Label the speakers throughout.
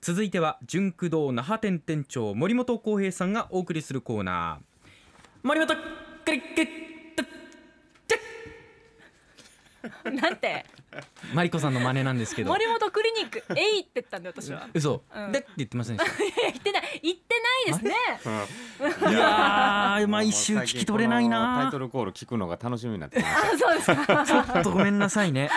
Speaker 1: 続いては純駆動那覇店店長森本浩平さんがお送りするコーナー森本クリック
Speaker 2: なんて
Speaker 1: マリコさんの真似なんですけど
Speaker 2: 森本クリニック えいって言ったんで私は
Speaker 1: 嘘、
Speaker 2: うん
Speaker 1: でって言ってませんでし
Speaker 2: 言ってない言ってないですね
Speaker 1: た
Speaker 3: い
Speaker 1: い
Speaker 3: や
Speaker 1: やー
Speaker 3: ー
Speaker 1: 毎週聞き取れない
Speaker 3: もう最近このタイ
Speaker 1: な
Speaker 3: トルコール聞くのが楽しみになってきまし
Speaker 2: あそうですか
Speaker 1: ちょっとごめんなさい ね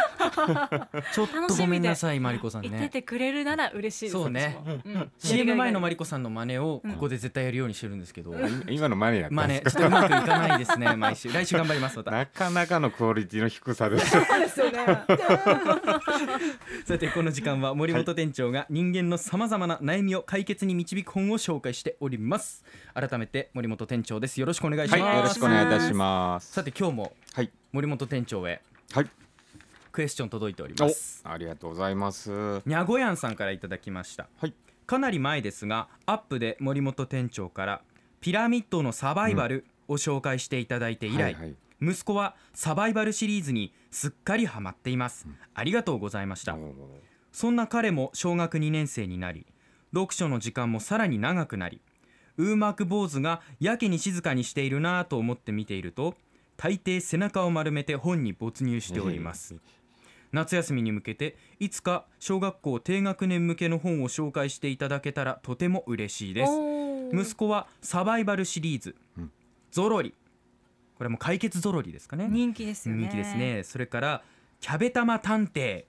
Speaker 1: ちょっ
Speaker 2: 楽
Speaker 1: と
Speaker 2: しみで
Speaker 1: ごめんなさいマリコさん
Speaker 2: 言って
Speaker 1: ね
Speaker 2: てくれるなら嬉しいです
Speaker 1: そうね
Speaker 2: 私もうん
Speaker 1: CM 前のマ
Speaker 2: リ
Speaker 1: リコさんの真似をここで絶対やるようにしてるんですけど、
Speaker 3: た今のマネやった
Speaker 1: まあ
Speaker 3: んで
Speaker 1: ね
Speaker 3: す、
Speaker 1: ちょっとうまくいかないですね、毎週、来週頑張ります、また。
Speaker 3: なかなかのクオリティの低さです
Speaker 2: ですよね
Speaker 1: さて、この時間は森本店長が人間のさまざまな悩みを解決に導く本を紹介しております。改めて森本店長です。よろしくお願いし
Speaker 3: は
Speaker 1: ま
Speaker 3: い
Speaker 1: す。
Speaker 3: よろしくお願いいたします
Speaker 1: さて、今日も
Speaker 3: はい
Speaker 1: 森本店長へ
Speaker 3: はい
Speaker 1: クエスチョン届いております。
Speaker 3: おありがとうございますは
Speaker 1: にゃごやんさんからいただきました。
Speaker 3: い
Speaker 1: かなり前ですが、アップで森本店長からピラミッドのサバイバルを紹介していただいて以来。
Speaker 3: はいはい
Speaker 1: 息子はサバイバルシリーズにすっかりハマっています、ありがとうございました、そんな彼も小学2年生になり読書の時間もさらに長くなりウーマーク坊主がやけに静かにしているなぁと思って見ていると大抵背中を丸めて本に没入しております、夏休みに向けていつか小学校低学年向けの本を紹介していただけたらとても嬉しいです息
Speaker 2: 息
Speaker 1: 子はサバイバルシリーズ、
Speaker 3: うん
Speaker 1: ゾロリこれも解決ゾロリですかね
Speaker 2: 人気ですよね
Speaker 1: 人気ですねそれからキャベ玉探偵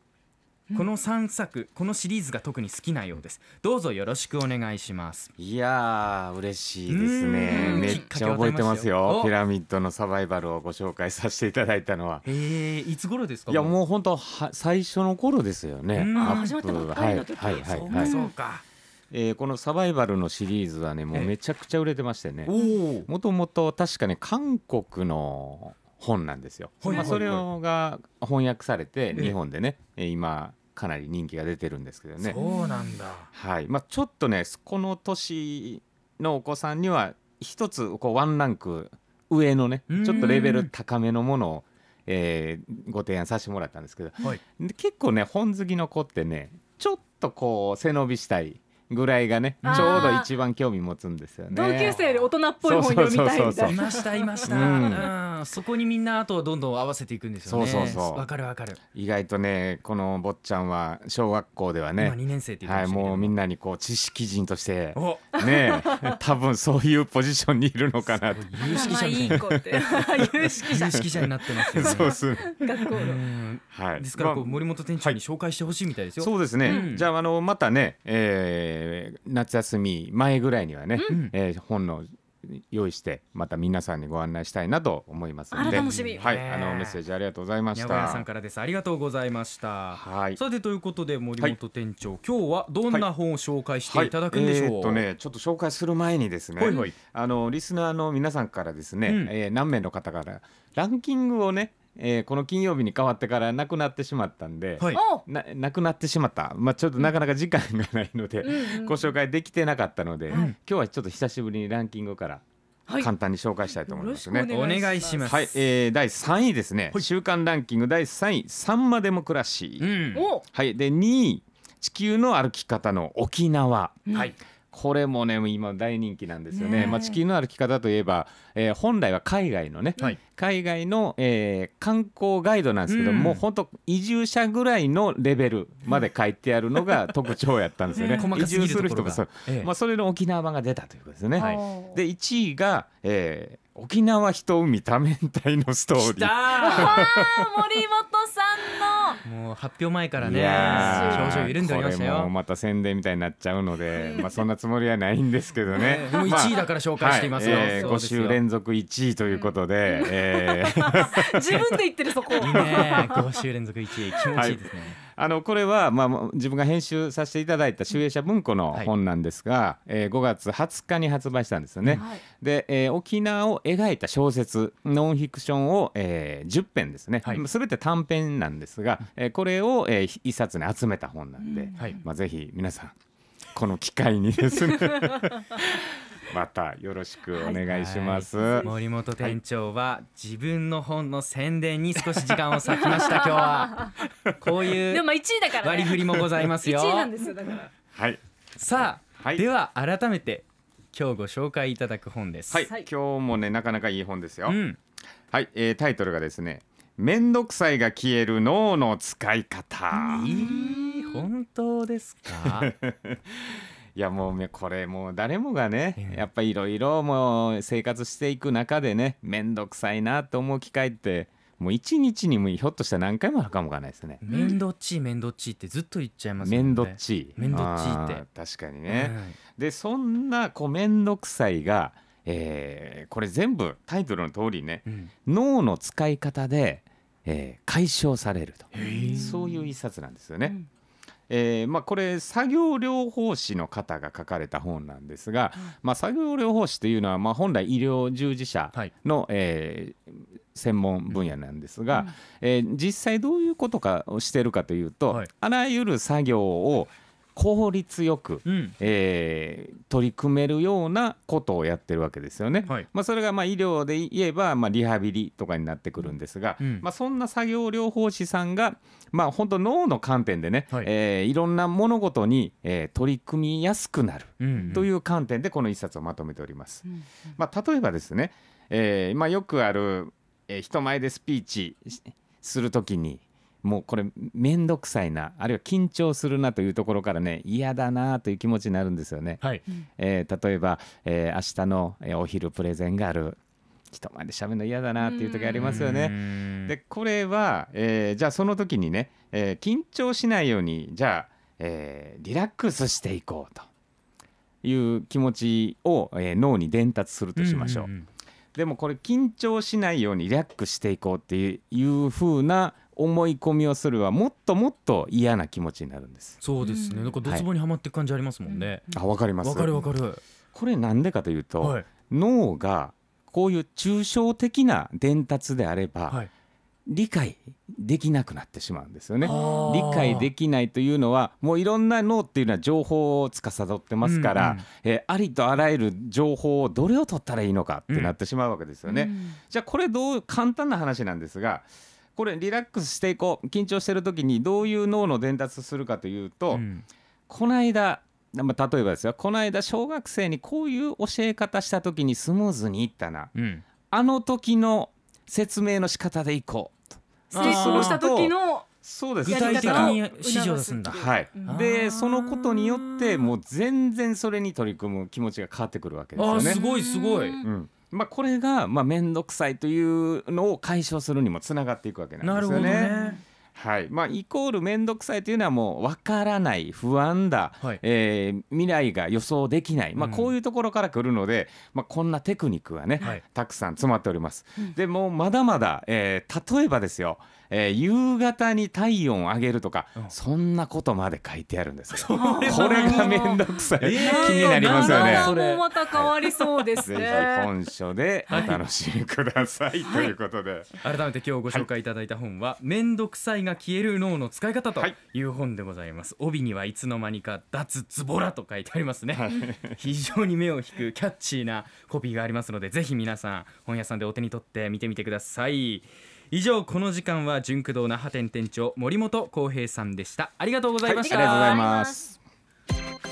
Speaker 1: この3作このシリーズが特に好きなようですどうぞよろしくお願いします
Speaker 3: いやー嬉しいです
Speaker 1: う
Speaker 3: ね
Speaker 1: ん
Speaker 3: めっちゃ覚えてますよ
Speaker 1: お
Speaker 3: ピラミッドのサバイバルをご紹介させていただいたのは
Speaker 1: えー、いつ頃ですか
Speaker 3: いやもう本当は最初の頃ですよね
Speaker 1: うん
Speaker 3: アップ
Speaker 2: 始まったばっかりの時
Speaker 3: はいはい
Speaker 1: そう
Speaker 3: はい、は
Speaker 1: か
Speaker 3: い
Speaker 1: そうか、
Speaker 3: えーこのサバイバルのシリーズはねもう
Speaker 1: ええ
Speaker 3: めちゃくちゃ売れてましてね
Speaker 1: おお
Speaker 3: もともと確かね韓国の本なんですよ、
Speaker 1: はい
Speaker 3: ま
Speaker 1: は
Speaker 3: あ、
Speaker 1: い
Speaker 3: それをが翻訳されて
Speaker 1: ええ
Speaker 3: 日本でね、えー今かなり人気が出てるんですけどね、
Speaker 1: そうなんだ
Speaker 3: はいまあ、ちょっとねこの年のお子さんには一つこうワンランク上のね
Speaker 1: うん
Speaker 3: ちょっとレベル高めのものを、えーご提案させてもらったんですけど
Speaker 1: はい
Speaker 3: で結構ね本好きの子ってねちょっとこう背伸びしたいぐらいがね
Speaker 2: あー
Speaker 3: ちょうど一番興味持つんですよね。
Speaker 2: 同級生で大人っぽい本読みたい
Speaker 3: そうそ
Speaker 2: みた
Speaker 3: うそう
Speaker 2: い
Speaker 3: そ
Speaker 1: い
Speaker 2: な
Speaker 1: ましたいました、
Speaker 3: うん
Speaker 1: うんそこにみんなあとはどんどん合わせていくんですよね
Speaker 3: そうそうそう
Speaker 1: わかるわかる、
Speaker 3: 意外とねこの坊ちゃんは小学校では
Speaker 1: 今
Speaker 3: ね
Speaker 1: 2年生って言っ
Speaker 3: は
Speaker 1: てまし
Speaker 3: い
Speaker 1: たけど
Speaker 3: もうみんなにこう知識人として
Speaker 1: お
Speaker 3: ね多分そういうポジションにいるのかなと
Speaker 1: 有識者みたい
Speaker 2: い
Speaker 1: ない
Speaker 2: 子って 有識者
Speaker 1: 有識者になってますよね
Speaker 3: そうですね
Speaker 2: 学校の
Speaker 1: うん
Speaker 3: はい
Speaker 1: ですからこう
Speaker 3: まあ
Speaker 1: 森本店長に紹介してほしいみたいですよ。
Speaker 3: そうですね、
Speaker 1: うん
Speaker 3: じゃああのまたね、えー夏休み前ぐらいにはね、
Speaker 1: ん
Speaker 3: えー本の用意してまた皆さんにご案内したいなと思いますの
Speaker 2: あら
Speaker 3: で
Speaker 2: 楽しみ
Speaker 3: はい、
Speaker 1: ね
Speaker 3: あのメッセージありがとうございまし
Speaker 1: 名
Speaker 3: た。
Speaker 1: 古屋さんからです。ありがとうございました。
Speaker 3: はい。
Speaker 1: さてということで森本店長、今日はどんな本を紹介していただくんでしょう。
Speaker 3: はいえーっとね、ちょっと紹介する前にですね、
Speaker 1: ほいほい
Speaker 3: あのリスナーの皆さんからですね、
Speaker 1: うん
Speaker 3: えー何名の方からランキングをね、えーこの金曜日に変わってからなくなってしまったんで、
Speaker 1: はい。
Speaker 2: お
Speaker 3: ななくなってしまった、まあ、ちょっとなかなか時間がないので、
Speaker 2: うんうん
Speaker 3: ご紹介できてなかったので、
Speaker 1: うん
Speaker 3: 今日はちょっと久しぶりにランキングから
Speaker 2: はい
Speaker 3: 簡単に紹介したいと思いますね。
Speaker 2: よろしく
Speaker 1: お願いします。
Speaker 3: はい、えー第3位ですね、
Speaker 1: はい
Speaker 3: 週間ランキング第3位「サンマデモクラシー」
Speaker 1: うん。
Speaker 2: お
Speaker 3: はい、で2位「地球の歩き方の沖縄」
Speaker 1: はい。
Speaker 3: これもね今大人気なんですよね。
Speaker 2: ねえ
Speaker 3: まあ、地球の歩き方といえば、えー本来は海外のね、
Speaker 1: はい
Speaker 3: 海外の、えー観光ガイドなんですけど、
Speaker 1: うん
Speaker 3: もう本当移住者ぐらいのレベルまで書いてある のが特徴やったんですよね。
Speaker 1: 細か
Speaker 3: 移
Speaker 1: すぎ
Speaker 3: 住
Speaker 1: る
Speaker 3: する
Speaker 1: ところ
Speaker 3: 人も
Speaker 1: が。
Speaker 3: そう、
Speaker 1: ええ
Speaker 3: まあ、それの沖縄版が出たということですね。
Speaker 2: はい
Speaker 3: で1位が、えー沖縄人海多面体のストー
Speaker 1: 来
Speaker 3: リ
Speaker 1: たー。
Speaker 3: ー。
Speaker 2: あー森本さんの
Speaker 1: もう発表前から
Speaker 3: い
Speaker 1: ね、
Speaker 3: やー
Speaker 1: 表情緩んでおりました
Speaker 3: これも
Speaker 1: よ。
Speaker 3: また宣伝みたいになっちゃうので、まあ、そんなつもりはないんですけどね
Speaker 1: ええ。でも1位だから紹介していますよ。
Speaker 3: はいえー
Speaker 1: そう
Speaker 3: 5
Speaker 1: ですよ
Speaker 3: 週連続1位ということで、え ー
Speaker 2: 自分で言ってるそこ
Speaker 1: いいね。5週連続1位気持ちいいですね。
Speaker 3: あのこれは、まあ、もう自分が編集させていただいた「集英社文庫」の
Speaker 1: はい
Speaker 3: 本なんですが、えー5月20日に発売したんですよね。
Speaker 2: はい
Speaker 3: で、えー沖縄を描いた小説ノンフィクションを、えー10編ですね、
Speaker 1: はい
Speaker 3: すべて短編なんですが、えーこれを、えー、一冊に集めた本なんで、
Speaker 2: うん
Speaker 1: はい。
Speaker 3: まあ、ぜひ皆さんこの機会にで すねまたよろしくお願いします。
Speaker 1: はい森本店長は自分の本の宣伝に少し時間を割きました今日はこうい
Speaker 2: でも
Speaker 1: う
Speaker 2: まあ1位だから
Speaker 1: 割り振
Speaker 2: ね
Speaker 1: りもございます
Speaker 2: 1
Speaker 1: よ
Speaker 2: 位なんですよだから
Speaker 3: はい、
Speaker 1: さあ、
Speaker 3: はい
Speaker 1: では改めて今日ご紹介いただく本です。
Speaker 3: はい、
Speaker 2: はい
Speaker 3: 今日もねなかなかいい本ですよ、
Speaker 1: うん、
Speaker 3: はい、えータイトルがですねめんどくさいが消える脳の使い方
Speaker 1: えー、本当ですか。
Speaker 3: いやもうねこれもう誰もがね
Speaker 1: うん
Speaker 3: やっぱいろいろもう生活していく中でねめんどくさいなと思う機会ってもう一日にもひょっとしたら何回もあるかもわかんないですね
Speaker 1: めんどっちいめんどっちいってずっと言っちゃいますも
Speaker 3: め
Speaker 1: ね
Speaker 3: んどっちい
Speaker 1: めんどっちいって
Speaker 3: あー確かにね、でそんなこうめんどくさいが、えーこれ全部タイトルの通りね
Speaker 1: うんうん
Speaker 3: 脳の使い方で、えー解消されると
Speaker 1: ー
Speaker 3: そういう一冊なんですよね。えーまあ、これ作業療法士の方が書かれた本なんですが、まあ、作業療法士というのは、まあ、本来医療従事者
Speaker 1: はい
Speaker 3: の、えー専門分野なんですが、えー実際どういうことかをしてるかというと、
Speaker 1: はい
Speaker 3: あらゆる作業を効率よく、
Speaker 1: うん
Speaker 3: えー取り組めるようなことをやってるわけですよね。
Speaker 1: はい
Speaker 3: まあ、それがまあ医療で言えばまあリハビリとかになってくるんですが、
Speaker 1: うん
Speaker 3: まあ、そんな作業療法士さんが、まあ、本当脳の観点でね、
Speaker 1: はい
Speaker 3: いえーいろんな物事に、えー取り組みやすくなる
Speaker 1: うん
Speaker 3: というう観点でこの一冊をまとめております。
Speaker 2: うん
Speaker 3: まあ、例えばですね、えーまあ、よくある、えー人前でスピーチしするときにもうこれ面倒くさいなあるいは緊張するなというところからね嫌だなという気持ちになるんですよね。
Speaker 1: はい
Speaker 3: えー例えば、えー明日のえーお昼プレゼンがある人前で喋るの嫌だなっていう時ありますよね。
Speaker 1: ね
Speaker 3: でこれは、えーじゃあその時にね、えー緊張しないようにじゃあ、えーリラックスしていこうという気持ちを、えー脳に伝達するとしましょう。でもこれ緊張しないようにリラックスしていこうっていういう風な思い込みをするはもっともっと嫌な気持ちになるんです。
Speaker 1: そうですね。
Speaker 2: うん
Speaker 1: なんかドツボにはまっていく感じありますもんね。
Speaker 3: あわかりま
Speaker 1: わかるわかる。
Speaker 3: これなんでかというと、
Speaker 1: はい
Speaker 3: 脳がこういう抽象的な伝達であれば、
Speaker 1: はい。
Speaker 3: 理解できなくなってしまうんですよね
Speaker 1: あ。ー
Speaker 3: 理解できないというのはもういろんな脳っていうのは情報を司ってますから、
Speaker 1: うんうん
Speaker 3: えーありとあらゆる情報をどれを取ったらいいのかってなってしまうわけですよね。じゃあこれどう簡単な話なんですがこれリラックスしていこう緊張してる時にどういう脳の伝達するかという
Speaker 1: う
Speaker 3: と、
Speaker 1: ん
Speaker 3: この間まあ例えばですよこの間小学生にこういう教え方した時にスムーズにいったな
Speaker 1: うん
Speaker 3: あの時の説明の仕方でいこうと
Speaker 2: 成功した時の
Speaker 3: そうで
Speaker 1: 具
Speaker 3: す
Speaker 1: 体的
Speaker 2: や
Speaker 1: に
Speaker 2: り方を
Speaker 1: 指示を出すんだ。
Speaker 3: はい
Speaker 2: うん
Speaker 1: あー
Speaker 3: でそのことによってもう全然それに取り組む気持ちが変わってくるわけです
Speaker 1: あー
Speaker 3: よ
Speaker 1: す
Speaker 3: ね。
Speaker 1: ごいすごい
Speaker 3: うんまあ、これがまあ面倒くさいというのを解消するにもつながっていくわけなん
Speaker 1: な
Speaker 3: で
Speaker 1: る
Speaker 3: す
Speaker 1: ほ
Speaker 3: よ
Speaker 1: ど
Speaker 3: ね。
Speaker 1: ね。
Speaker 3: はいまあ、イコール面倒くさいというのはもう分からない不安だ、
Speaker 1: はい
Speaker 3: えー未来が予想できない、まあ、
Speaker 1: うん
Speaker 3: こういうところから来るので、まあ、こんなテクニックがね、
Speaker 1: はい
Speaker 3: たくさん詰まっております。でもうまだまだ、えー例えばですよ、えー夕方に体温を上げるとか、
Speaker 1: うん
Speaker 3: そんなことまで書いてあるんですよ。
Speaker 2: こ
Speaker 3: これが面倒くさい、
Speaker 1: えー
Speaker 3: 気になりますよね。
Speaker 2: もうまた変わりそうです
Speaker 3: ぜ
Speaker 2: ね。
Speaker 3: ひ本書でお楽しみください、ということで。
Speaker 1: 改めて今日ご紹介いただいた本は「めんどくさいが消える脳の使い方」と
Speaker 3: はい
Speaker 1: いう本でございます、帯にはいつの間にか「脱ズボラ」と書いてありますね、 非常に目を引くキャッチーなコピーがありますのでぜひ皆さん本屋さんでお手に取って見てみてください以上この時間は純駆動那覇店店長森本浩平さんでしたありがとうございました、
Speaker 3: はいありがとうございます。